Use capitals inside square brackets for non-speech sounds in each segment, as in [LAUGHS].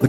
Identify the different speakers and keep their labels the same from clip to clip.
Speaker 1: The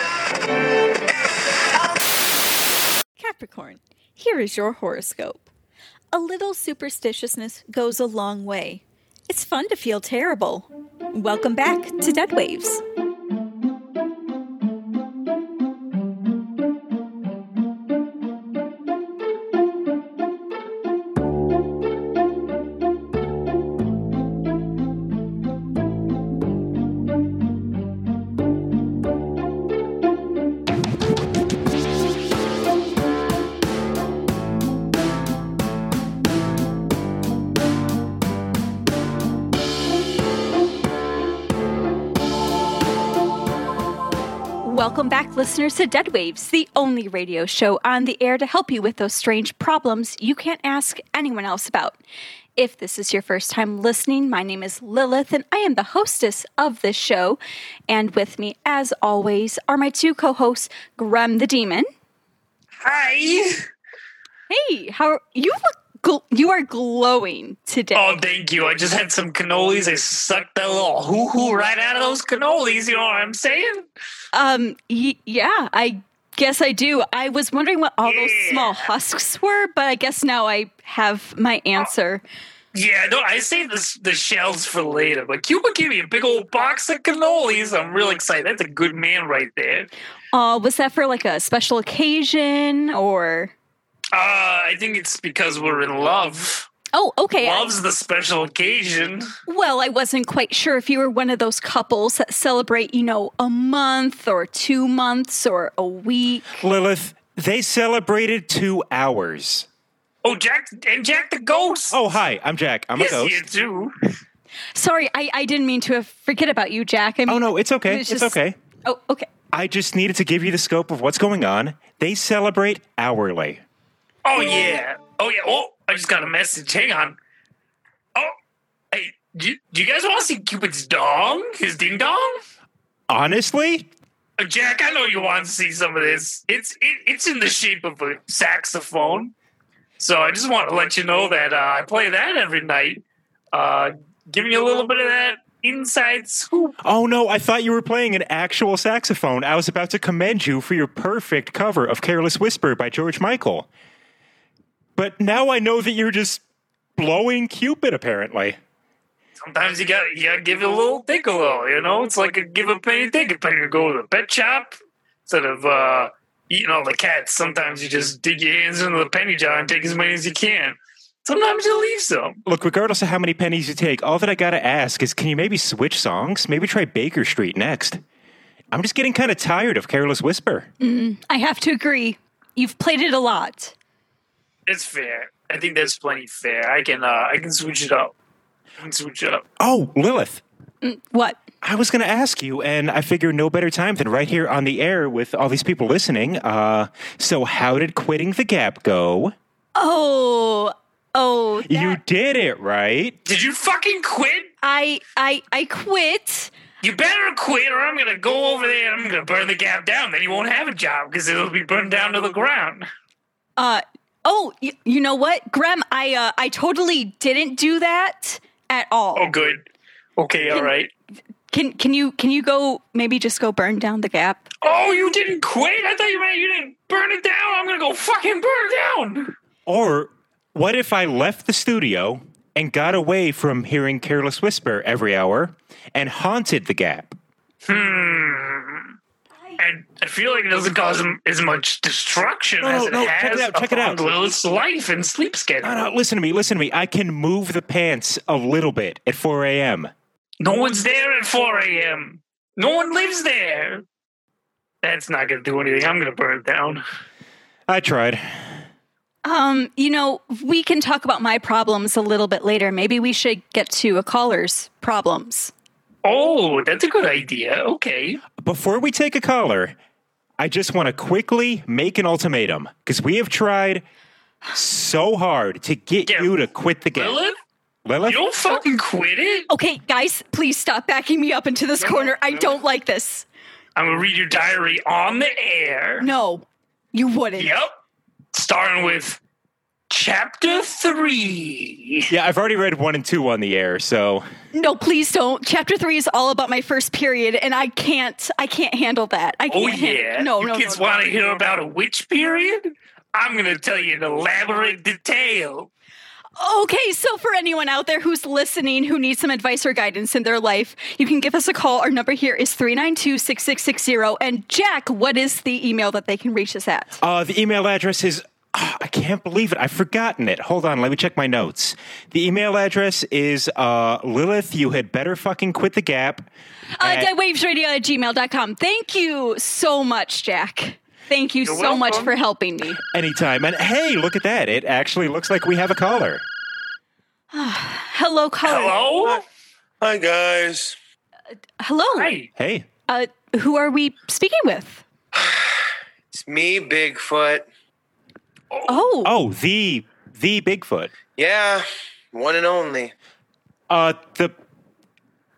Speaker 2: Capricorn, here is your horoscope. A little superstitiousness goes a long way. It's fun to feel terrible. Welcome back to Dead Waves. Welcome back, listeners, to Dead Waves, the only radio show on the air to help you with those strange problems you can't ask anyone else about. If this is your first time listening, my name is Lilith, and I am the hostess of this show. And with me, as always, are my two co hosts, Grem the Demon.
Speaker 3: Hi.
Speaker 2: Hey, how you look? Gl- you are glowing today.
Speaker 4: Um,
Speaker 3: Oh, thank you. I just had some cannolis. I sucked that little hoo hoo right out of those cannolis. You know what I'm saying?
Speaker 2: Um, y- yeah, I guess I do. I was wondering what all those
Speaker 3: Yeah.
Speaker 2: small husks were, but I guess now I have my answer.
Speaker 3: Yeah, no, I saved this, the shells for later. But Cuba gave me a big old box of cannolis. I'm real excited. That's a good man right there.
Speaker 2: Uh, was that for like a special occasion or?
Speaker 3: Uh, I think it's because we're in love.
Speaker 2: Oh, okay. I-
Speaker 3: Love's the special occasion.
Speaker 2: well, I wasn't quite sure if you were one of those couples that celebrate, you know, a month or two months or a week.
Speaker 4: Lilith, they celebrated two hours.
Speaker 3: Oh, Jack and Jack the Ghost.
Speaker 4: Oh, hi, I'm Jack. I'm
Speaker 3: yes,
Speaker 4: a ghost.
Speaker 3: you do.
Speaker 2: Sorry, I, I didn't mean to forget about you, Jack. I mean,
Speaker 4: Oh, no, it's okay.
Speaker 2: was
Speaker 4: It's,
Speaker 2: just-
Speaker 4: okay.
Speaker 2: Oh, okay.
Speaker 4: I just needed to give you the scope of what's going on. They celebrate hourly.
Speaker 3: Oh yeah. Oh yeah. Oh, I just got a message. Hang on. Oh, hey, do you, do you guys want to see Cupid's dong? His ding dong?
Speaker 4: Honestly?
Speaker 3: Uh, Jack, I know you want to see some of this. It's it, it's in the shape of a saxophone. So I just want to let you know that uh, I play that every night, uh, giving you a little bit of that inside scoop.
Speaker 4: Oh, no, I thought you were playing an actual saxophone. I was about to commend you for your perfect cover of Careless Whisper by George Michael. But now I know that you're just blowing Cupid, apparently.
Speaker 3: Sometimes you got you gotta give it a little tickle, though. You know, it's like a give a penny, take a penny. Go to the pet shop instead of uh, eating all the cats. Sometimes you just dig your hands into the penny jar and take as many as you can. Sometimes you leave some.
Speaker 4: Look, regardless of how many pennies you take, all that I gotta ask is can you maybe switch songs? Maybe try Baker Street next. I'm just getting kind of tired of Careless Whisper.
Speaker 2: I have to agree. You've played it a lot.
Speaker 3: It's fair. I think that's plenty fair. I can uh, I can switch it up. I can switch it up.
Speaker 4: Oh, Lilith,
Speaker 2: What?
Speaker 4: I was gonna ask you, and I figure no better time than right here on the air with all these people listening. Uh, so, how did quitting the gap go?
Speaker 2: Oh, oh,
Speaker 4: You did it, right?
Speaker 3: Did you fucking quit?
Speaker 2: I, I, I quit.
Speaker 3: You better quit, or I'm gonna go over there and I'm gonna burn the gap down. Then you won't have a job because it'll be burned down to the ground.
Speaker 2: Uh, oh, you, you know what, Grem? I, uh, I totally didn't do that at all.
Speaker 3: Oh, good. Okay, all right.
Speaker 2: Can, can you, can you go? Maybe just go burn down the gap.
Speaker 3: Oh, you didn't quit? I thought you meant you didn't burn it down. I'm gonna go fucking burn it down.
Speaker 4: Or what if I left the studio and got away from hearing Careless Whisper every hour and haunted the gap?
Speaker 3: and I feel like it doesn't cause him as much destruction
Speaker 4: No,
Speaker 3: as
Speaker 4: no,
Speaker 3: it
Speaker 4: no, check
Speaker 3: has
Speaker 4: it out, check it
Speaker 3: upon
Speaker 4: out.
Speaker 3: Lilith's life and sleep schedule.
Speaker 4: No, no, listen to me, listen to me. I can move the pants a little bit at 4 a.m.
Speaker 3: No one's there at 4 a.m. No one lives there. That's not going to do anything. I'm going to burn it down.
Speaker 4: I tried.
Speaker 2: Um, you know, we can talk about my problems a little bit later. Maybe we should get to a caller's problems.
Speaker 3: Oh, that's a good idea. Okay.
Speaker 4: Before we take a caller, I just want to quickly make an ultimatum because we have tried so hard to get
Speaker 3: Yeah.
Speaker 4: you to quit the game.
Speaker 3: Lilith,
Speaker 4: Lilith?
Speaker 3: you don't fucking quit it.
Speaker 2: Okay, guys, please stop backing me up into this corner. I don't like this.
Speaker 3: I'm going to read your diary on the air.
Speaker 2: No, you wouldn't.
Speaker 3: Yep. Starting with chapter three.
Speaker 4: Yeah, I've already read one and two on the air, so
Speaker 2: No, please don't. Chapter three is all about my first period, and I can't. I can't handle that. I
Speaker 3: Oh,
Speaker 2: can't. han-
Speaker 3: yeah.
Speaker 2: No,
Speaker 3: you
Speaker 2: no,
Speaker 3: kids
Speaker 2: no, no.
Speaker 3: want to hear about a witch period? I'm going to tell you in elaborate detail.
Speaker 2: Okay, so for anyone out there who's listening who needs some advice or guidance in their life, you can give us a call. Our number here is 392 6660. And Jack, what is the email that they can reach us at?
Speaker 4: Uh, the email address is. ah, I can't believe it. I've forgotten it. Hold on. Let me check my notes. The email address is uh, Lilith, you had better fucking quit the gap.
Speaker 2: Uh,
Speaker 4: at-
Speaker 2: deadwavesradio at gmail.com. Thank you so much, Jack. Thank you so much
Speaker 3: welcome.
Speaker 2: for helping me.
Speaker 4: anytime. And hey, look at that. It actually looks like we have a caller.
Speaker 2: Hello, caller.
Speaker 3: Hello?
Speaker 5: Hi guys.
Speaker 2: Hello.
Speaker 3: Hi.
Speaker 4: Hey.
Speaker 2: Uh, who are we speaking with?
Speaker 5: It's me, Bigfoot.
Speaker 2: Oh,
Speaker 4: Oh, the the Bigfoot.
Speaker 5: Yeah, one and only.
Speaker 4: Uh the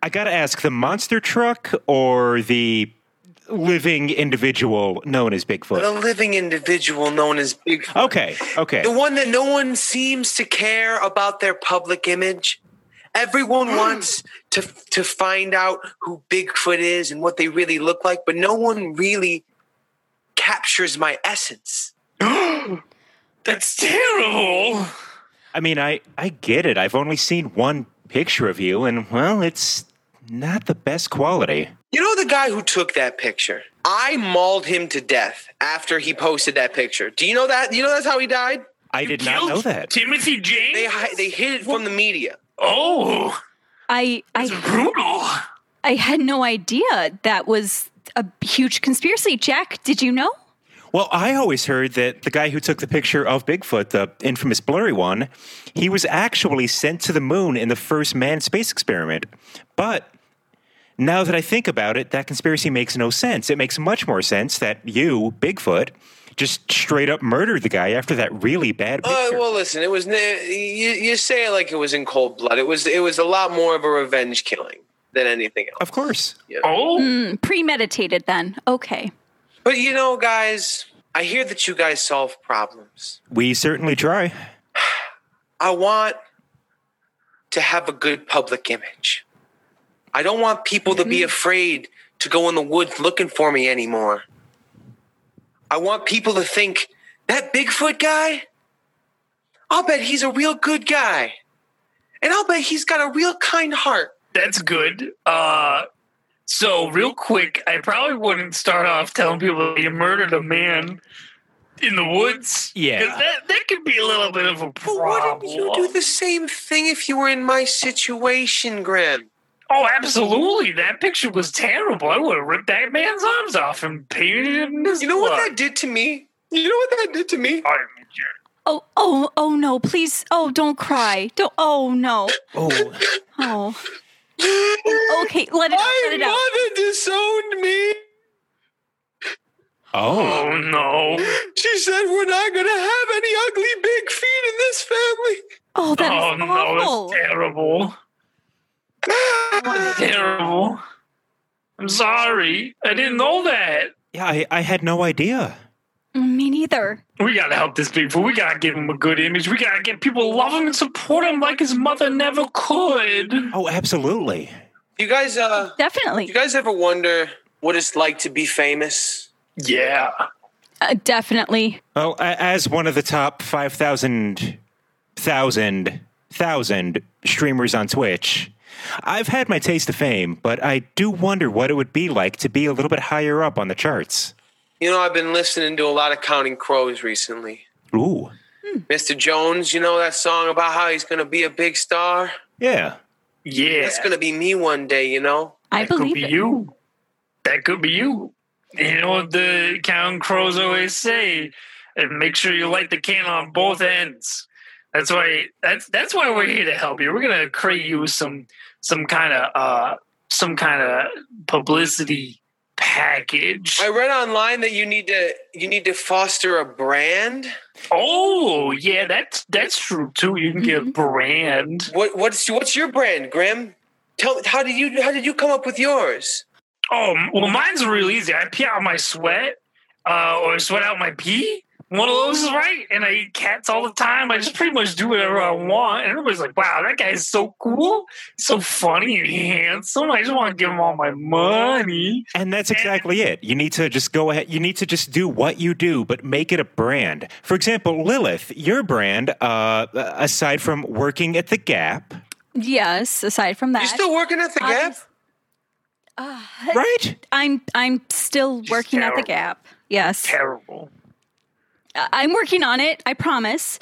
Speaker 4: I got to ask the monster truck or the living individual known as
Speaker 5: The
Speaker 4: Bigfoot.
Speaker 5: living individual known as Bigfoot.
Speaker 4: Okay.
Speaker 5: The
Speaker 4: Okay.
Speaker 5: one that no one seems to care about their public image. Everyone wants to to find out who Bigfoot is and what they really look like, but no one really captures my essence.
Speaker 3: That's terrible.
Speaker 4: I mean, I I get it. I've only seen one picture of you and well, it's not the best quality.
Speaker 5: You know the guy who took that picture? I mauled him to death after he posted that picture. Do you know that? You know that's how he died?
Speaker 4: I did not
Speaker 3: Killed
Speaker 4: know that.
Speaker 3: Timothy James?
Speaker 5: They hi- they hid it from the media.
Speaker 3: oh,
Speaker 2: I,
Speaker 3: it's
Speaker 2: I,
Speaker 3: brutal.
Speaker 2: I had no idea that was a huge conspiracy. Jack, did you know?
Speaker 4: Well, I always heard that the guy who took the picture of Bigfoot, the infamous blurry one, he was actually sent to the moon in the first manned space experiment. But now that I think about it, that conspiracy makes no sense. It makes much more sense that you, Bigfoot, just straight up murdered the guy after that really bad
Speaker 5: Uh,
Speaker 4: picture.
Speaker 5: well, listen, it was n- you, you say it like it was in cold blood. It was it was a lot more of a revenge killing than anything else.
Speaker 4: of course.
Speaker 3: Oh,
Speaker 2: Premeditated then. Okay.
Speaker 5: But you know, guys, I hear that you guys solve problems.
Speaker 4: We certainly try.
Speaker 5: I want to have a good public image. I don't want people to be afraid to go in the woods looking for me anymore. I want people to think that Bigfoot guy, I'll bet he's a real good guy. And I'll bet he's got a real kind heart.
Speaker 3: that's good. Uh, so, real quick, I probably wouldn't start off telling people that you murdered a man in the woods.
Speaker 4: Yeah.
Speaker 3: 'Cause That, that could be a little bit of a
Speaker 5: But
Speaker 3: problem.
Speaker 5: wouldn't you do the same thing if you were in my situation, Grim?
Speaker 3: Oh, absolutely. That picture was terrible. I would have ripped that man's arms off and painted him this
Speaker 5: You know what that did to me? You know what that did to me?
Speaker 2: Oh, oh, oh no, please. Oh, don't cry. Don't. Oh, no.
Speaker 4: Oh,
Speaker 2: Oh. Okay, let it out. Let it out.
Speaker 5: My mother disowned me.
Speaker 4: oh,
Speaker 3: Oh,
Speaker 5: [GASPS]
Speaker 3: no.
Speaker 5: She said we're not going to have any ugly big feet in this family. [SIGHS]
Speaker 2: Oh, that
Speaker 3: oh,
Speaker 2: is
Speaker 3: no.
Speaker 2: awful.
Speaker 3: It's terrible. terrible. I'm sorry. I didn't know that.
Speaker 4: yeah. I, I had no idea.
Speaker 2: Me neither.
Speaker 3: We gotta help this big fool. We gotta give him a good image. We gotta get people to love him and support him like his mother never could.
Speaker 4: Oh, absolutely.
Speaker 5: You guys, uh,
Speaker 2: Definitely.
Speaker 5: you guys ever wonder what it's like to be famous?
Speaker 3: Yeah.
Speaker 2: Uh, definitely.
Speaker 4: Well, a- as one of the top 5,000, thousand, thousand streamers on Twitch, I've had my taste of fame, but I do wonder what it would be like to be a little bit higher up on the charts.
Speaker 5: You know, I've been listening to a lot of Counting Crows recently.
Speaker 4: Ooh.
Speaker 5: Mr. Jones, you know that song about how he's going to be a big star?
Speaker 4: Yeah.
Speaker 3: Yeah,
Speaker 5: That's going to be me one day, you know?
Speaker 2: I
Speaker 3: that could
Speaker 2: believe
Speaker 3: be
Speaker 2: it.
Speaker 3: you. That could be you. You know what the Count Crows always say, and make sure you light the can on both ends. That's why that's that's why we're here to help you. We're gonna create you some some kind of uh some kind of publicity package.
Speaker 5: I read online that you need to you need to foster a brand.
Speaker 3: Oh yeah, that's that's true too. You can get a brand.
Speaker 5: What what's what's your brand, Grim? Tell how did you how did you come up with yours?
Speaker 3: Oh m- well, mine's real easy. I pee out my sweat, uh, or sweat out my pee. One of those is right, and I eat cats all the time. I just pretty much do whatever I want, and everybody's like, "Wow, that guy's so cool, so funny and handsome." I just want to give him all my money.
Speaker 4: And that's exactly it. You need to just go ahead. You need to just do what you do, but make it a brand. For example, Lilith, your brand, uh, aside from working at the Gap,
Speaker 2: Yes, aside from that.
Speaker 5: You still working at the Gap?
Speaker 4: right?
Speaker 2: I'm I'm still working at the
Speaker 3: terrible.
Speaker 2: gap. Yes.
Speaker 3: Terrible.
Speaker 2: I- I'm working on it, I promise.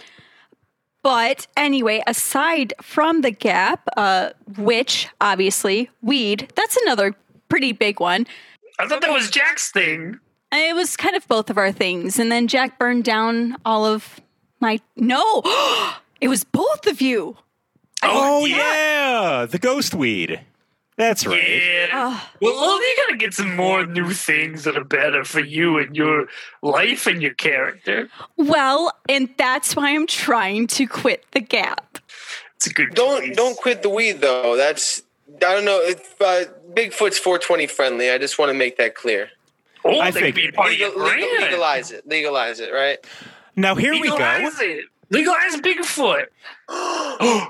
Speaker 2: But anyway, aside from the gap, uh, which obviously weed, that's another pretty big one.
Speaker 3: I thought that was Jack's thing.
Speaker 2: It was kind of both of our things. And then Jack burned down all of my. No! [GASPS] it was both of you!
Speaker 4: Oh, yeah. the ghost weed. That's right.
Speaker 3: Yeah. well, well, you gotta get some more new things that are better for you and your life and your character.
Speaker 2: Well, and that's why I'm trying to quit the gap.
Speaker 3: It's a good.
Speaker 5: Don't
Speaker 3: choice.
Speaker 5: don't quit the weed though. That's I don't know. If, uh, Bigfoot's 420 friendly. I just want to make that clear.
Speaker 3: Oh,
Speaker 4: I
Speaker 3: they could be
Speaker 4: figured.
Speaker 3: part of your
Speaker 5: Legal, legal,
Speaker 3: brand.
Speaker 5: legalize it. Legalize it. Right.
Speaker 4: Now, here we go.
Speaker 3: Legalize it. Legalize Bigfoot.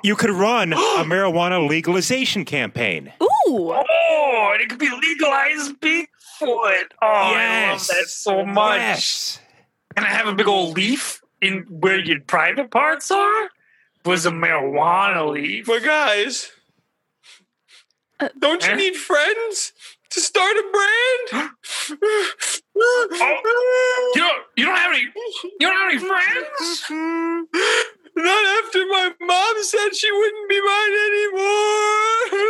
Speaker 4: You
Speaker 3: [GASPS]
Speaker 4: could run a marijuana legalization campaign.
Speaker 2: Ooh!
Speaker 3: Oh, and it could be legalized Bigfoot. Oh, I love
Speaker 4: Yes.
Speaker 3: that so much.
Speaker 4: Yes.
Speaker 3: And I have a big old leaf in where your private parts are. Was a marijuana leaf.
Speaker 5: But guys, don't you
Speaker 3: huh?
Speaker 5: need friends to start a brand?
Speaker 3: Oh, You don't. You don't have any. You don't have any friends.
Speaker 5: Not after my mom said she wouldn't be mine anymore.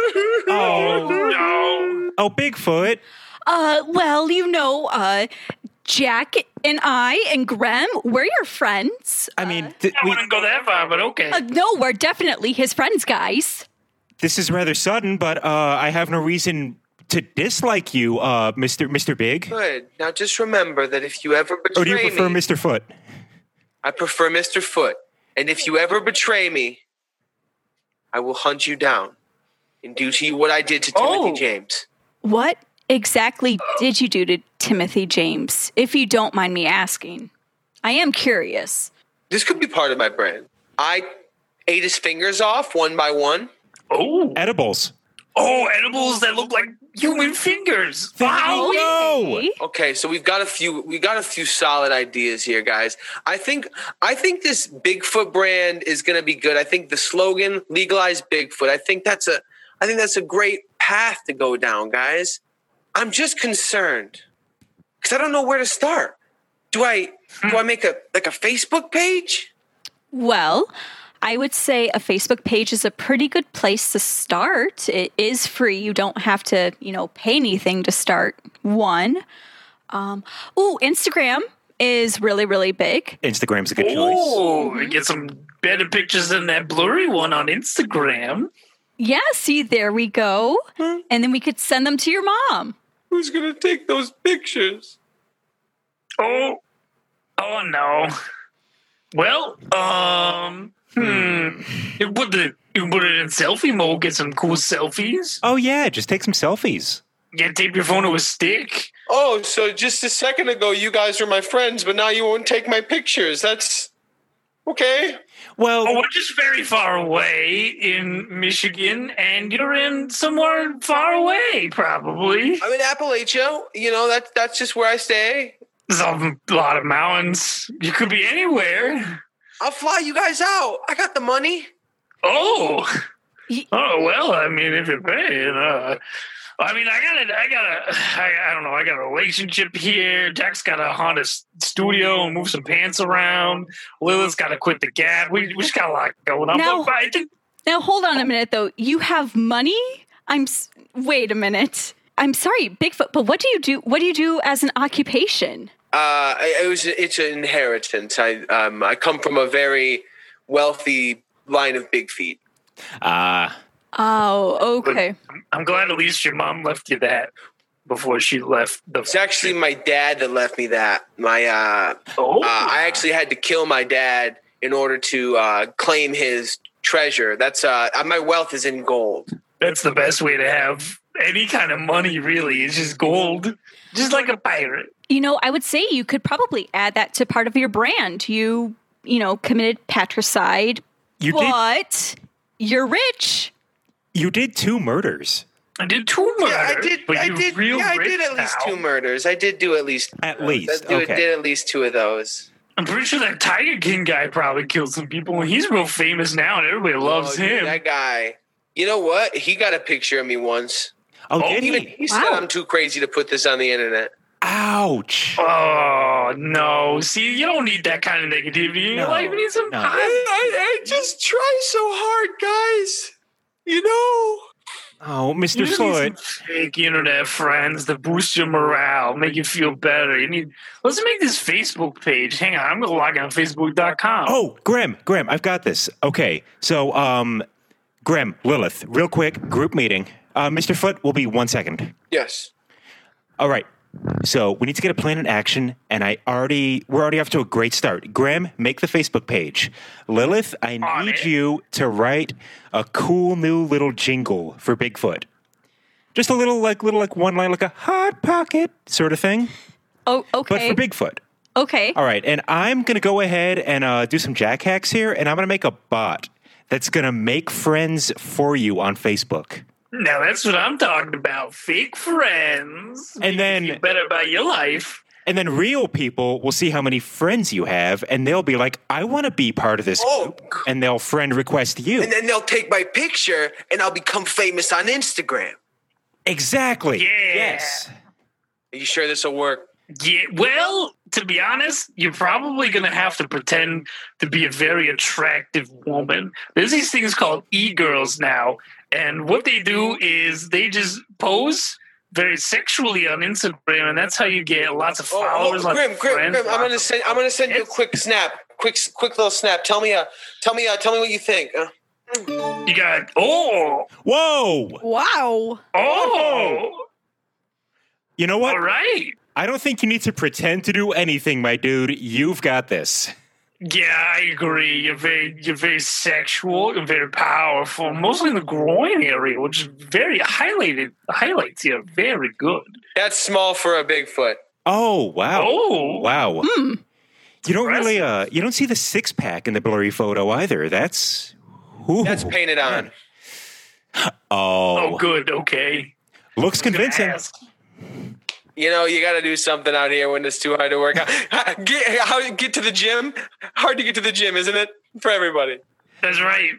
Speaker 5: [LAUGHS]
Speaker 4: Oh.
Speaker 3: No.
Speaker 4: Oh, Bigfoot.
Speaker 2: Uh, well, you know, uh, Jack and I and Graham, we're your friends.
Speaker 4: I mean, th-
Speaker 3: I
Speaker 4: we,
Speaker 3: wouldn't go that far, but okay.
Speaker 2: Uh, no, we're definitely his friends, guys.
Speaker 4: this is rather sudden, but uh, I have no reason to dislike you, uh, Mister Mister Big.
Speaker 5: Good. Now just remember that if you ever
Speaker 4: Or
Speaker 5: betray
Speaker 4: Oh, do you prefer
Speaker 5: me,
Speaker 4: Mister Foot?
Speaker 5: I prefer Mr. Foot. And if you ever betray me, I will hunt you down and do to you what I did to Timothy
Speaker 3: Oh.
Speaker 5: James.
Speaker 2: What exactly did you do to Timothy James, if you don't mind me asking? I am curious.
Speaker 5: This could be part of my brand. I ate his fingers off one by one.
Speaker 3: Oh.
Speaker 4: Edibles.
Speaker 3: Oh, edibles that look like human fingers. Wow.
Speaker 4: Oh, no!
Speaker 2: Okay.
Speaker 5: Okay, so we've got a few we got a few solid ideas here, guys. I think I think this Bigfoot brand is gonna be good. I think the slogan legalize Bigfoot, I think that's a I think that's a great path to go down, guys. I'm just concerned. Cause I don't know where to start. Do I do I make a like a Facebook page?
Speaker 2: Well, I would say a Facebook page is a pretty good place to start. It is free. You don't have to, you know, pay anything to start one. Um, ooh, Instagram is really, really big.
Speaker 4: Instagram's a good choice.
Speaker 3: Oh, and get some better pictures than that blurry one on Instagram.
Speaker 2: Yeah, see, there we go. And then we could send them to your mom.
Speaker 5: Who's gonna take those pictures?
Speaker 3: Oh, oh no. Well, um, hmm. You can put the you can put it in selfie mode. Get some cool selfies.
Speaker 4: Oh yeah, just take some selfies.
Speaker 3: Yeah, tape your phone to a stick.
Speaker 5: Oh, so just a second ago you guys were my friends, but now you won't take my pictures. That's okay.
Speaker 3: Oh,
Speaker 4: Well,
Speaker 3: we're just very far away in Michigan, and you're in somewhere far away, probably.
Speaker 5: I'm in Appalachia. You know that's that's just where I stay.
Speaker 3: There's a lot of mountains. You could be anywhere.
Speaker 5: I'll fly you guys out. I got the money.
Speaker 3: Oh,
Speaker 2: Ye-
Speaker 3: Oh well, I mean, if you're paying, uh, I mean, I got a, I got a, I, I don't know, I got a relationship here. Jack's got a Honda s- studio and move some pants around. Lilith's got to quit the gap. We, we just got a lot going on.
Speaker 2: Now-
Speaker 3: But I think
Speaker 2: Now hold
Speaker 4: Oh.
Speaker 2: on a minute though. You have money? I'm s- wait a minute. I'm sorry, Bigfoot, but what do you do? What do you do as an occupation?
Speaker 5: Uh, it it was it's an inheritance. I um, I come from a very wealthy line of big feet.
Speaker 4: Ah,
Speaker 2: Oh, okay.
Speaker 3: I'm glad at least your mom left you that before she left the.
Speaker 5: It's actually my dad that left me that. My uh,
Speaker 3: oh,
Speaker 5: uh, I actually had to kill my dad in order to uh, claim his treasure. That's uh, my wealth is in gold.
Speaker 3: that's the best way to have any kind of money. Really, it's just gold, just like a pirate.
Speaker 2: You know, I would say you could probably add that to part of your brand. You, you know, committed patricide,
Speaker 4: you
Speaker 2: uh,
Speaker 4: did
Speaker 2: but you're rich.
Speaker 4: you did two murders
Speaker 3: I did two murders.
Speaker 5: Yeah, I did.
Speaker 3: But
Speaker 5: I
Speaker 3: you're
Speaker 5: did.
Speaker 3: real
Speaker 5: Yeah, I
Speaker 3: rich
Speaker 5: did at least
Speaker 3: now.
Speaker 5: two murders. I did do at least.
Speaker 4: at
Speaker 5: I
Speaker 4: least.
Speaker 5: do-
Speaker 4: okay.
Speaker 5: did at least two of those.
Speaker 3: I'm pretty sure that Tiger King guy probably killed some people, and he's real famous now, and everybody loves
Speaker 5: Oh, dude,
Speaker 3: him.
Speaker 5: That guy. You know what? He got a picture of me once.
Speaker 4: oh,
Speaker 3: Oh,
Speaker 4: did
Speaker 5: Even
Speaker 4: he?
Speaker 5: he said
Speaker 2: Wow.
Speaker 5: I'm too crazy to put this on the internet.
Speaker 4: Ouch.
Speaker 3: Oh no! See, you don't need that kind of negativity in your
Speaker 4: No,
Speaker 3: life. You need some.
Speaker 4: no.
Speaker 5: I, I just try so hard, guys. You know.
Speaker 3: You
Speaker 4: Oh, Mr.
Speaker 3: just need
Speaker 4: Foot.
Speaker 3: some fake internet friends to boost your morale, make you feel better. You need. Let's make this Facebook page. Hang on, I'm gonna log on Facebook.com.
Speaker 4: Oh, Grim, Grim, I've got this. Okay, so um, Grim, Lilith, real quick, group meeting. Uh, Mr. Foot will be one second.
Speaker 5: Yes.
Speaker 4: All right. So we need to get a plan in action, and I already we're already off to a great start. Graham, make the Facebook page. Lilith, I
Speaker 3: On
Speaker 4: need
Speaker 3: it.
Speaker 4: you to write a cool new little jingle for Bigfoot. Just a little like little like one line, like a hot pocket sort of thing,
Speaker 2: Oh,
Speaker 4: but
Speaker 2: okay.
Speaker 4: for Bigfoot.
Speaker 2: okay.
Speaker 4: All right, and I'm gonna go ahead and uh, do some jack hacks here, and I'm gonna make a bot that's gonna make friends for you on Facebook.
Speaker 3: Now that's what I'm talking about. Fake friends,
Speaker 4: And then-
Speaker 3: you feel better about your life.
Speaker 4: And then real people will see how many friends you have, and they'll be like, "I want to be part of this,"
Speaker 5: Oh.
Speaker 4: group," and they'll friend request you.
Speaker 5: And then they'll take my picture, and I'll become famous on Instagram.
Speaker 4: exactly.
Speaker 3: Yeah.
Speaker 4: Yes.
Speaker 5: Are you sure this will work?
Speaker 3: Yeah, well, to be honest, you're probably going to have to pretend to be a very attractive woman. There's these things called e girls now. And what they do is they just pose very sexually on Instagram. And that's how you get lots of
Speaker 5: Oh,
Speaker 3: followers.
Speaker 5: oh
Speaker 3: lots
Speaker 5: Grim,
Speaker 3: of
Speaker 5: Grim,
Speaker 3: friends,
Speaker 5: Grim! I'm
Speaker 3: lots
Speaker 5: gonna
Speaker 3: of-
Speaker 5: send. I'm gonna send you a
Speaker 3: It's-
Speaker 5: quick snap. Quick, quick little snap. Tell me, uh, tell me, uh, tell me what you think. Uh,
Speaker 3: You got, oh,
Speaker 4: Whoa.
Speaker 2: Wow.
Speaker 3: oh,
Speaker 4: You know what?
Speaker 3: all right.
Speaker 4: I don't think you need to pretend to do anything, my dude. You've got this.
Speaker 3: Yeah, I agree. You're very, you're very sexual. You're very powerful, mostly in the groin area, which is very highlighted. Highlights here, very good.
Speaker 5: that's small for a Bigfoot.
Speaker 4: Oh wow.
Speaker 3: Oh,
Speaker 4: Wow. You don't really
Speaker 3: Impressive.
Speaker 4: uh you don't see the six pack in the blurry photo either. That's ooh.
Speaker 5: That's painted on.
Speaker 4: Oh,
Speaker 3: Oh, good. Okay.
Speaker 4: looks convincing.
Speaker 3: Ask.
Speaker 5: You know, you got to do something out here when it's too hard to work out. [LAUGHS] Get, how get to the gym? Hard to get to the gym, isn't it? For everybody.
Speaker 3: That's right.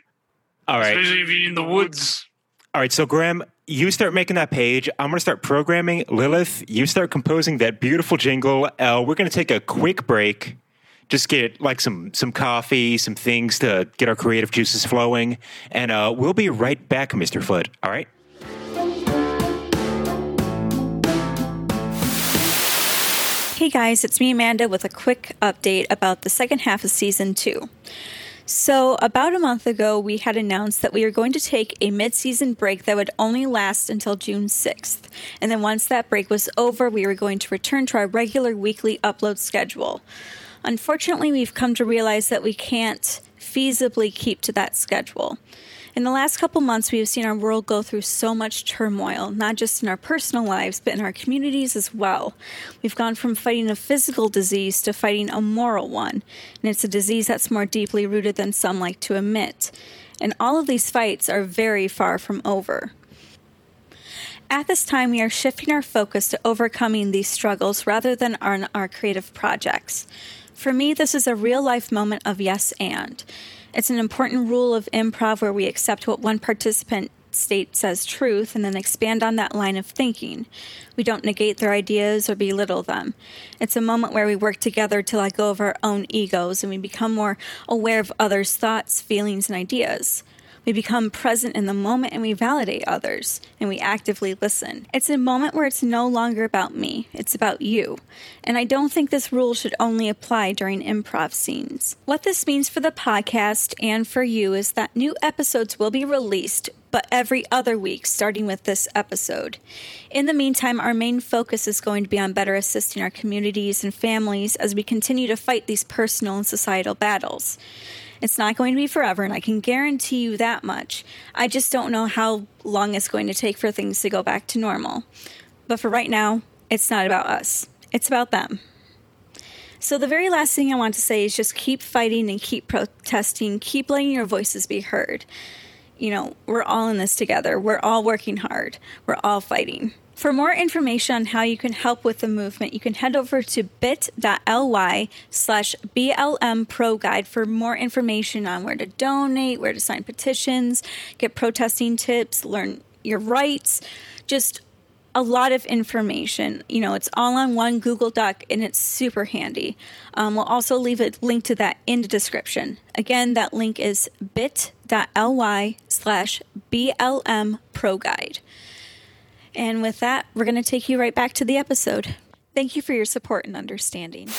Speaker 4: All right.
Speaker 3: Especially if you're in the woods.
Speaker 4: All right, so Graham, you start making that page. I'm going to start programming. Lilith, you start composing that beautiful jingle. Uh, we're going to take a quick break. Just get like some some coffee, some things to get our creative juices flowing, and uh, we'll be right back, Mr. Foot. All right.
Speaker 2: Hey guys, it's me, Amanda, with a quick update about the second half of season two. So, about a month ago, we had announced that we are going to take a mid season break that would only last until June 6th. And then, once that break was over, we were going to return to our regular weekly upload schedule. Unfortunately, we've come to realize that we can't feasibly keep to that schedule. In the last couple months, we have seen our world go through so much turmoil, not just in our personal lives, but in our communities as well. We've gone from fighting a physical disease to fighting a moral one, and it's a disease that's more deeply rooted than some like to admit. And all of these fights are very far from over. At this time, we are shifting our focus to overcoming these struggles rather than on our creative projects. For me, this is a real life moment of yes and. It's an important rule of improv where we accept what one participant states as truth and then expand on that line of thinking. We don't negate their ideas or belittle them. It's a moment where we work together to let go of our own egos and we become more aware of others' thoughts, feelings, and ideas. We become present in the moment and we validate others and we actively listen. It's a moment where it's no longer about me, it's about you. And I don't think this rule should only apply during improv scenes. What this means for the podcast and for you is that new episodes will be released. But every other week, starting with this episode. In the meantime, our main focus is going to be on better assisting our communities and families as we continue to fight these personal and societal battles. It's not going to be forever, and I can guarantee you that much. I just don't know how long it's going to take for things to go back to normal. But for right now, it's not about us, it's about them. So, the very last thing I want to say is just keep fighting and keep protesting, keep letting your voices be heard. You know, we're all in this together, we're all working hard, we're all fighting. For more information on how you can help with the movement, you can head over to bit.ly slash BLM Pro Guide for more information on where to donate, where to sign petitions, get protesting tips, learn your rights, just a lot of information. You know, it's all on one Google Doc and it's super handy. Um, we'll also leave a link to that in the description. Again, that link is bit.ly slash BLM Pro Guide. And with that, we're going to take you right back to the episode. Thank you for your support and understanding.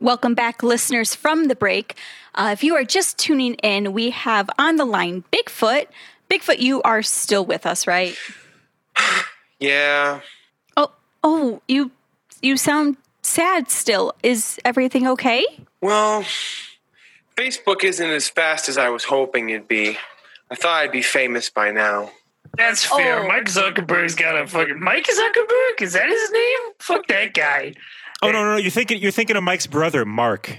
Speaker 2: Welcome back, listeners from the break. Uh, if you are just tuning in, we have on the line Bigfoot. Bigfoot, you are still with us, right?
Speaker 6: Yeah.
Speaker 2: Oh, oh, you you sound sad still. Is everything okay?
Speaker 6: Well, Facebook isn't as fast as I was hoping it'd be. I thought I'd be famous by now.
Speaker 3: That's fair.
Speaker 2: Oh.
Speaker 3: Mike Zuckerberg's got a fucking Mike Zuckerberg. Is that his name? Fuck that guy.
Speaker 4: Oh no, no, no! You're thinking you're thinking of Mike's brother, Mark.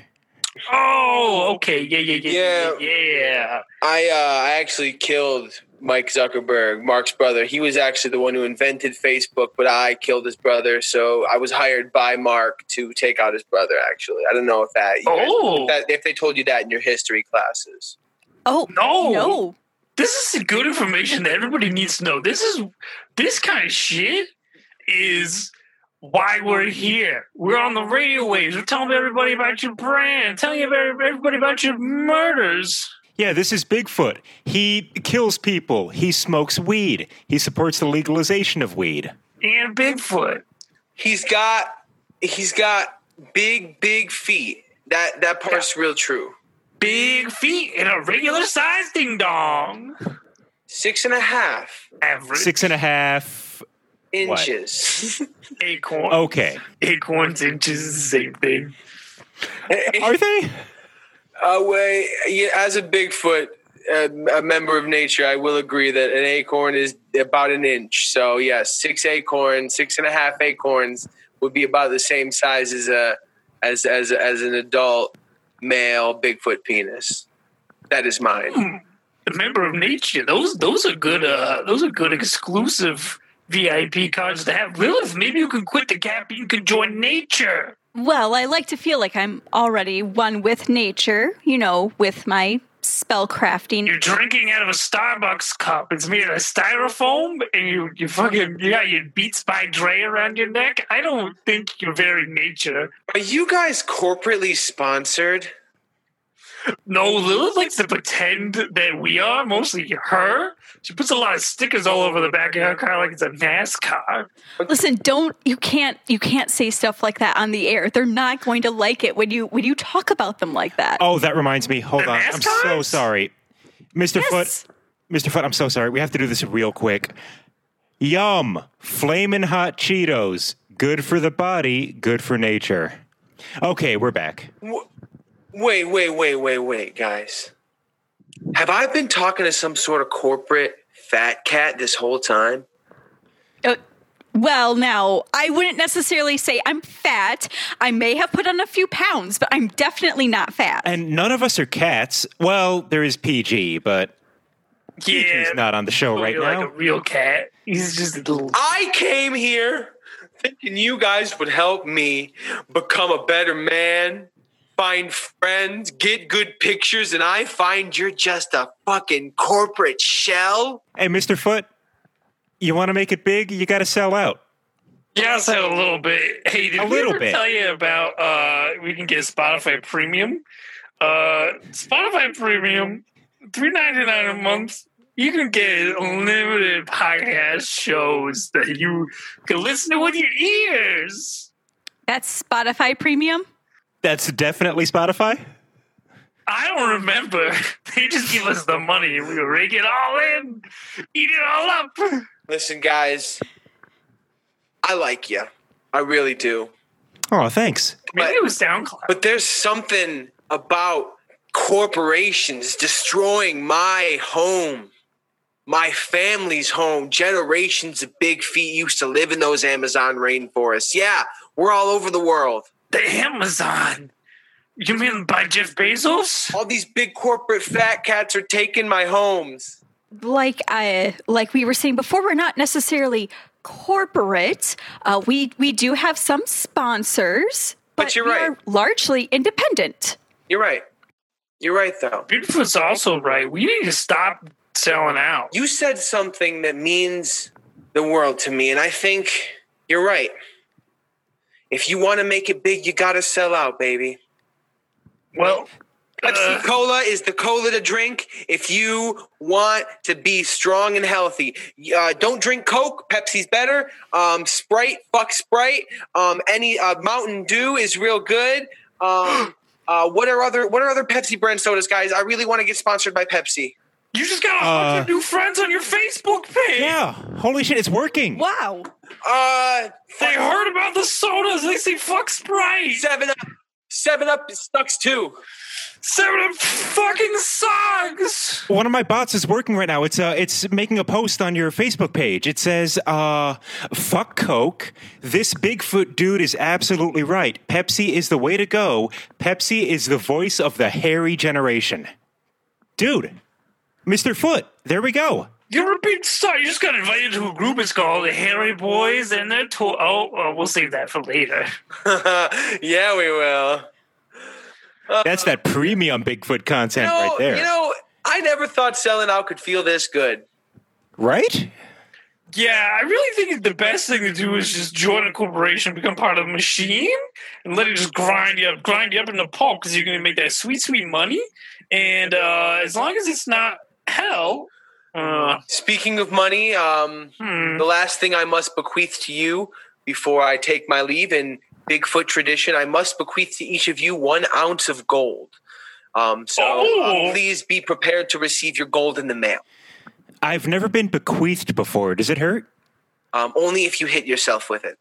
Speaker 3: Oh, okay. Yeah, yeah, yeah, yeah, yeah. yeah.
Speaker 6: I uh, I actually killed Mike Zuckerberg, Mark's brother. He was actually the one who invented Facebook, but I killed his brother. So I was hired by Mark to take out his brother. Actually, I don't know if that you guys-
Speaker 3: Oh.
Speaker 6: if that, if they told you that in your history classes.
Speaker 2: Oh,
Speaker 3: No.
Speaker 2: No.
Speaker 3: This is good information that everybody needs to know. This is this kind of shit is why we're here. We're on the radio waves. We're telling everybody about your brand, telling every- everybody about your murders.
Speaker 4: Yeah, this is Bigfoot. He kills people. He smokes weed. He supports the legalization of weed.
Speaker 3: And Bigfoot.
Speaker 6: He's got he's got big big feet. That that part's real true.
Speaker 3: Big feet and a regular size ding dong.
Speaker 6: Six and a half
Speaker 3: Average
Speaker 4: Six and a half.
Speaker 6: [LAUGHS] inches.
Speaker 3: acorn.
Speaker 4: Okay,
Speaker 3: Acorns, inches, is the same thing.
Speaker 4: are they?
Speaker 6: Uh, well, yeah, as a Bigfoot, uh, a member of nature, I will agree that an acorn is about an inch. So, yes, six acorns, six and a half acorns would be about the same size as a as as as an adult male Bigfoot penis. That is mine.
Speaker 3: a member of nature. Those those are good. Uh, those are good exclusive VIP cards to have. Lilith, maybe you can quit the cap. You can join nature.
Speaker 2: Well, I like to feel like I'm already one with nature, you know, with my spellcrafting.
Speaker 3: You're drinking out of a Starbucks cup. It's made of styrofoam, and you you fucking you got your Beats by Dre around your neck. I don't think you're very nature.
Speaker 6: Are you guys corporately sponsored?
Speaker 3: No, Lilith likes to pretend that we are mostly her. She puts a lot of stickers all over the back of her car, like it's a NASCAR.
Speaker 2: Listen, don't you can't you can't say stuff like that on the air. They're not going to like it when you when you talk about them like that.
Speaker 4: Oh, that reminds me. Hold
Speaker 3: The
Speaker 4: on. I'm so
Speaker 3: mascots?
Speaker 4: sorry, Mr.
Speaker 2: Yes.
Speaker 4: Foot. Mr. Foot, I'm so sorry. We have to do this real quick. Yum, flamin' hot Cheetos. Good for the body. Good for nature. Okay, we're back.
Speaker 6: W- Wait, wait, wait, wait, wait, guys. Have I been talking to some sort of corporate fat cat this whole time?
Speaker 2: Uh, well, now I wouldn't necessarily say I'm fat. I may have put on a few pounds, but I'm definitely not fat.
Speaker 4: And none of us are cats. Well, there is PG, but
Speaker 3: Yeah,
Speaker 4: he's not on the show right
Speaker 3: you're like
Speaker 4: now.
Speaker 3: a real cat. He's just a little.
Speaker 6: I came here thinking you guys would help me become a better man, find friends, get good pictures, and I find you're just a fucking corporate shell.
Speaker 4: Hey, Mr. Foot, you want to make it big? You got to sell out.
Speaker 3: Yes, a little bit. Hey, did
Speaker 4: A
Speaker 3: we
Speaker 4: little
Speaker 3: ever
Speaker 4: bit.
Speaker 3: tell you about uh we can get Spotify Premium? Uh Spotify Premium, three ninety nine a month. You can get unlimited podcast shows that you can listen to with your ears.
Speaker 2: That's Spotify Premium.
Speaker 4: That's definitely Spotify.
Speaker 3: I don't remember. [LAUGHS] They just give us the money and we rake it all in, eat it all up.
Speaker 6: Listen, guys, I like you. I really do.
Speaker 4: Oh, thanks.
Speaker 3: Maybe it was SoundCloud.
Speaker 6: But there's something about corporations destroying my home, my family's home. Generations of big feet used to live in those Amazon rainforests. Yeah, we're all over the world.
Speaker 3: The Amazon. You mean by Jeff Bezos?
Speaker 6: All these big corporate fat cats are taking my homes.
Speaker 2: like I like we were saying before, we're not necessarily corporate. Uh, we we do have some sponsors, but,
Speaker 6: But you're
Speaker 2: we
Speaker 6: right.
Speaker 2: are largely independent.
Speaker 6: You're right. You're right, though.
Speaker 3: Bigfoot's also right. We need to stop selling out.
Speaker 6: You said something that means the world to me, and I think you're right. If you want to make it big, you got to sell out, baby.
Speaker 3: Well, uh,
Speaker 6: Pepsi Uh, Cola is the cola to drink if you want to be strong and healthy. Uh, don't drink Coke. Pepsi's better.
Speaker 5: [GASPS]
Speaker 6: Um, Sprite, fuck Sprite. Um, any uh, Mountain Dew is real good. Um, uh, what are other What are other Pepsi brand sodas, guys? I really want to get sponsored by Pepsi.
Speaker 3: you just got a
Speaker 4: Uh,
Speaker 3: bunch of new friends on your Facebook page.
Speaker 4: Yeah. Holy shit, it's working.
Speaker 2: Wow.
Speaker 6: Uh,
Speaker 3: They heard about the sodas. They say fuck Sprite.
Speaker 6: Seven Up. Seven Up sucks too. [LAUGHS]
Speaker 3: Seven up fucking socks.
Speaker 4: One of my bots is working right now. It's uh, it's making a post on your Facebook page. It says, uh, "Fuck Coke. This Bigfoot dude is absolutely right. Pepsi is the way to go. Pepsi is the voice of the hairy generation." Dude, Mr. Foot, there we go.
Speaker 3: You're a big star. You just got invited to a group. It's called the Harry Boys, and they're to oh, oh, we'll save that for later.
Speaker 6: yeah, we will.
Speaker 4: That's that premium Bigfoot content
Speaker 6: No,
Speaker 4: right there.
Speaker 6: Uh, you know, I never thought selling out could feel this good.
Speaker 4: right?
Speaker 3: Yeah, I really think the best thing to do is just join a corporation, become part of a machine, and let it just grind you up, grind you up into pulp because you're going to make that sweet, sweet money. And uh, as long as it's not hell, uh,
Speaker 6: Speaking of money, um,
Speaker 3: hmm,
Speaker 6: the last thing I must bequeath to you before I take my leave in Bigfoot tradition, I must bequeath to each of you one ounce of gold. Um, so
Speaker 3: Oh.
Speaker 6: uh, please be prepared to receive your gold in the mail.
Speaker 4: I've never been bequeathed before. Does it hurt?
Speaker 6: Um, only if you hit yourself with it.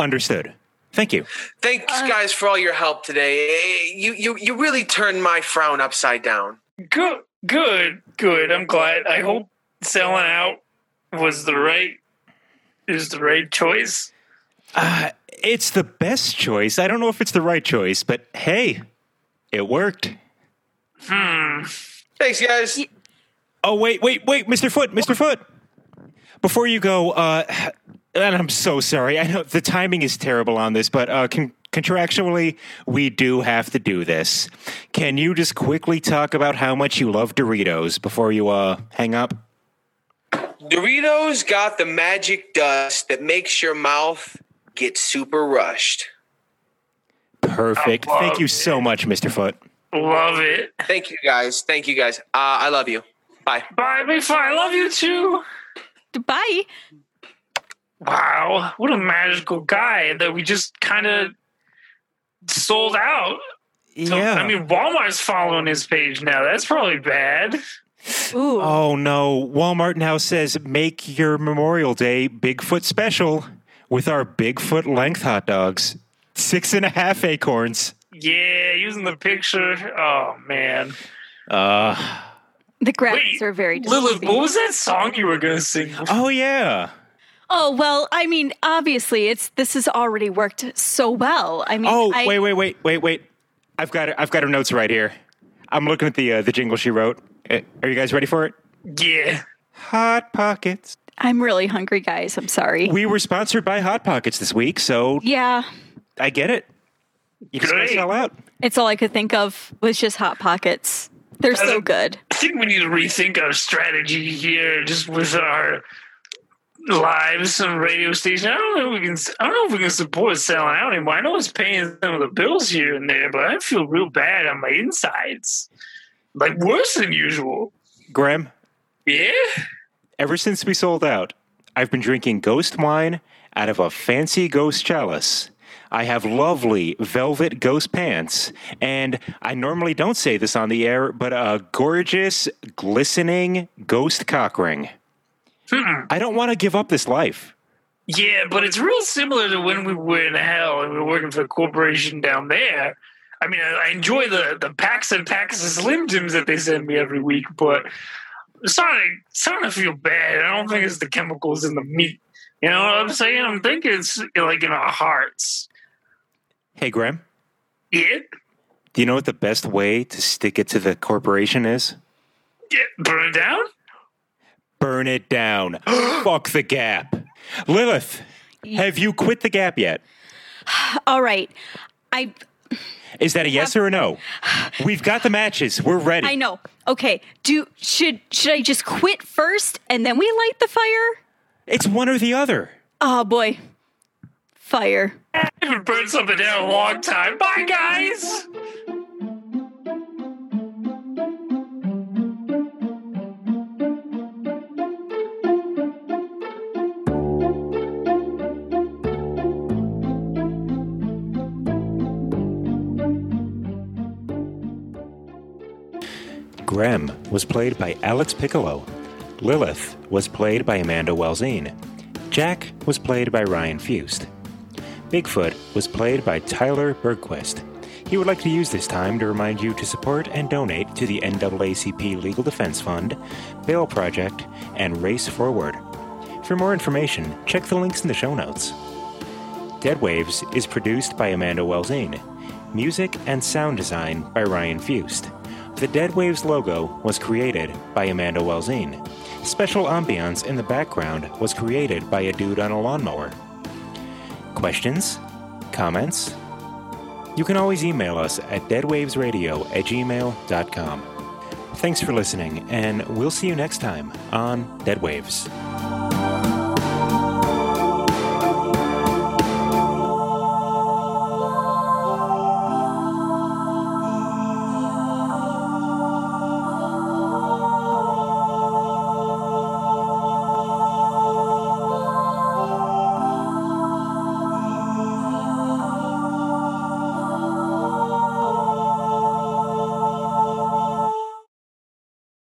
Speaker 4: Understood. Thank you.
Speaker 6: Thanks,
Speaker 2: Uh,
Speaker 6: guys, for all your help today. Eh, You, you, you really turned my frown upside down.
Speaker 3: good, good, good. I'm glad. I hope selling out was the right is the right choice.
Speaker 4: Uh, it's the best choice. I don't know if it's the right choice, but hey, it worked.
Speaker 3: Hmm.
Speaker 6: Thanks, guys.
Speaker 2: Ye-
Speaker 4: Oh wait, wait, wait, Mr. Foot, Mr. Foot. Before you go, uh, and I'm so sorry. I know the timing is terrible on this, but uh, con- contractually, we do have to do this. Can you just quickly talk about how much you love Doritos before you uh hang up?
Speaker 6: Doritos got the magic dust that makes your mouth get super rushed.
Speaker 4: Perfect.
Speaker 3: I love
Speaker 4: Thank you
Speaker 3: it.
Speaker 4: so much, Mr. Foot.
Speaker 3: Love it.
Speaker 6: Thank you, guys. Thank you, guys. Uh, I love you. Bye.
Speaker 3: Bye, Big Foot. I love you too.
Speaker 2: Bye.
Speaker 3: Wow, what a magical guy that we just kind of sold out. So,
Speaker 4: Yeah.
Speaker 3: I mean, Walmart's following his page now. That's probably bad.
Speaker 2: Ooh.
Speaker 4: Oh no! Walmart now says make your Memorial Day Bigfoot special with our Bigfoot length hot dogs, six and a half acorns.
Speaker 3: Yeah, using the picture. Oh, man.
Speaker 4: Uh,
Speaker 2: the graphics
Speaker 3: Wait,
Speaker 2: are very
Speaker 3: Lilith,
Speaker 2: deceiving.
Speaker 3: what was that song you were going to sing?
Speaker 4: oh yeah.
Speaker 2: oh well, I mean, obviously, it's this has already worked so well. I mean,
Speaker 4: Oh
Speaker 2: I,
Speaker 4: wait, wait, wait, wait, wait. I've got it. I've got her notes right here. I'm looking at the uh, the jingle she wrote. Uh, Are you guys ready for it?
Speaker 3: Yeah.
Speaker 4: Hot pockets.
Speaker 2: I'm really hungry, guys. I'm sorry.
Speaker 4: We were sponsored by Hot Pockets this week, so
Speaker 2: yeah,
Speaker 4: I get it. You just gotta
Speaker 3: Great.
Speaker 4: sell out.
Speaker 2: it's all I could think of was just hot pockets. They're so good.
Speaker 3: I think we need to rethink our strategy here, just with our lives and radio station. I don't know if we can. I don't know if we can support selling out anymore. I know it's paying some of the bills here and there, but I feel real bad on my insides, like worse than usual.
Speaker 4: Graham,
Speaker 3: Yeah,
Speaker 4: ever since we sold out, I've been drinking ghost wine out of a fancy ghost chalice. I have lovely velvet ghost pants, and I normally don't say this on the air, but a gorgeous, glistening ghost cock ring. I don't want to give up this life.
Speaker 3: yeah, but it's real similar to when we were in hell and we were working for a corporation down there. I mean, I, I enjoy the the packs and packs of Slim Jims that they send me every week, but it's starting starting to feel bad. I don't think it's the chemicals in the meat. You know what I'm saying? I'm thinking it's like in our hearts.
Speaker 4: Hey, Graham,
Speaker 3: Yeah,
Speaker 4: do you know what the best way to stick it to the corporation is?
Speaker 3: yeah, burn it down.
Speaker 4: Burn it down. Fuck the gap. Lilith, have you quit the gap yet?
Speaker 2: All right, I
Speaker 4: Is that a yes or a no? We've got the matches. We're ready.
Speaker 2: I know. Okay, do should should I just quit first and then we light the fire?
Speaker 4: It's one or the other.
Speaker 2: Oh boy, fire.
Speaker 3: I haven't burned something down in a long time. Bye, guys.
Speaker 4: Grem was played by Alex Piccolo. Lilith was played by Amanda Welzine. Jack was played by Ryan Fust. Bigfoot was played by Tyler Bergquist. He would like to use this time to remind you to support and donate to the NAACP Legal Defense Fund, Bail Project, and Race Forward. For more information, check the links in the show notes. Dead Waves is produced by Amanda Welzine. Music and sound design by Ryan Fust. The Dead Waves logo was created by Amanda Welzine. Special ambiance in the background was created by a dude on a lawnmower. Questions? Comments? You can always email us at deadwavesradio at gmail.com. Thanks for listening, and we'll see you next time on Dead Waves.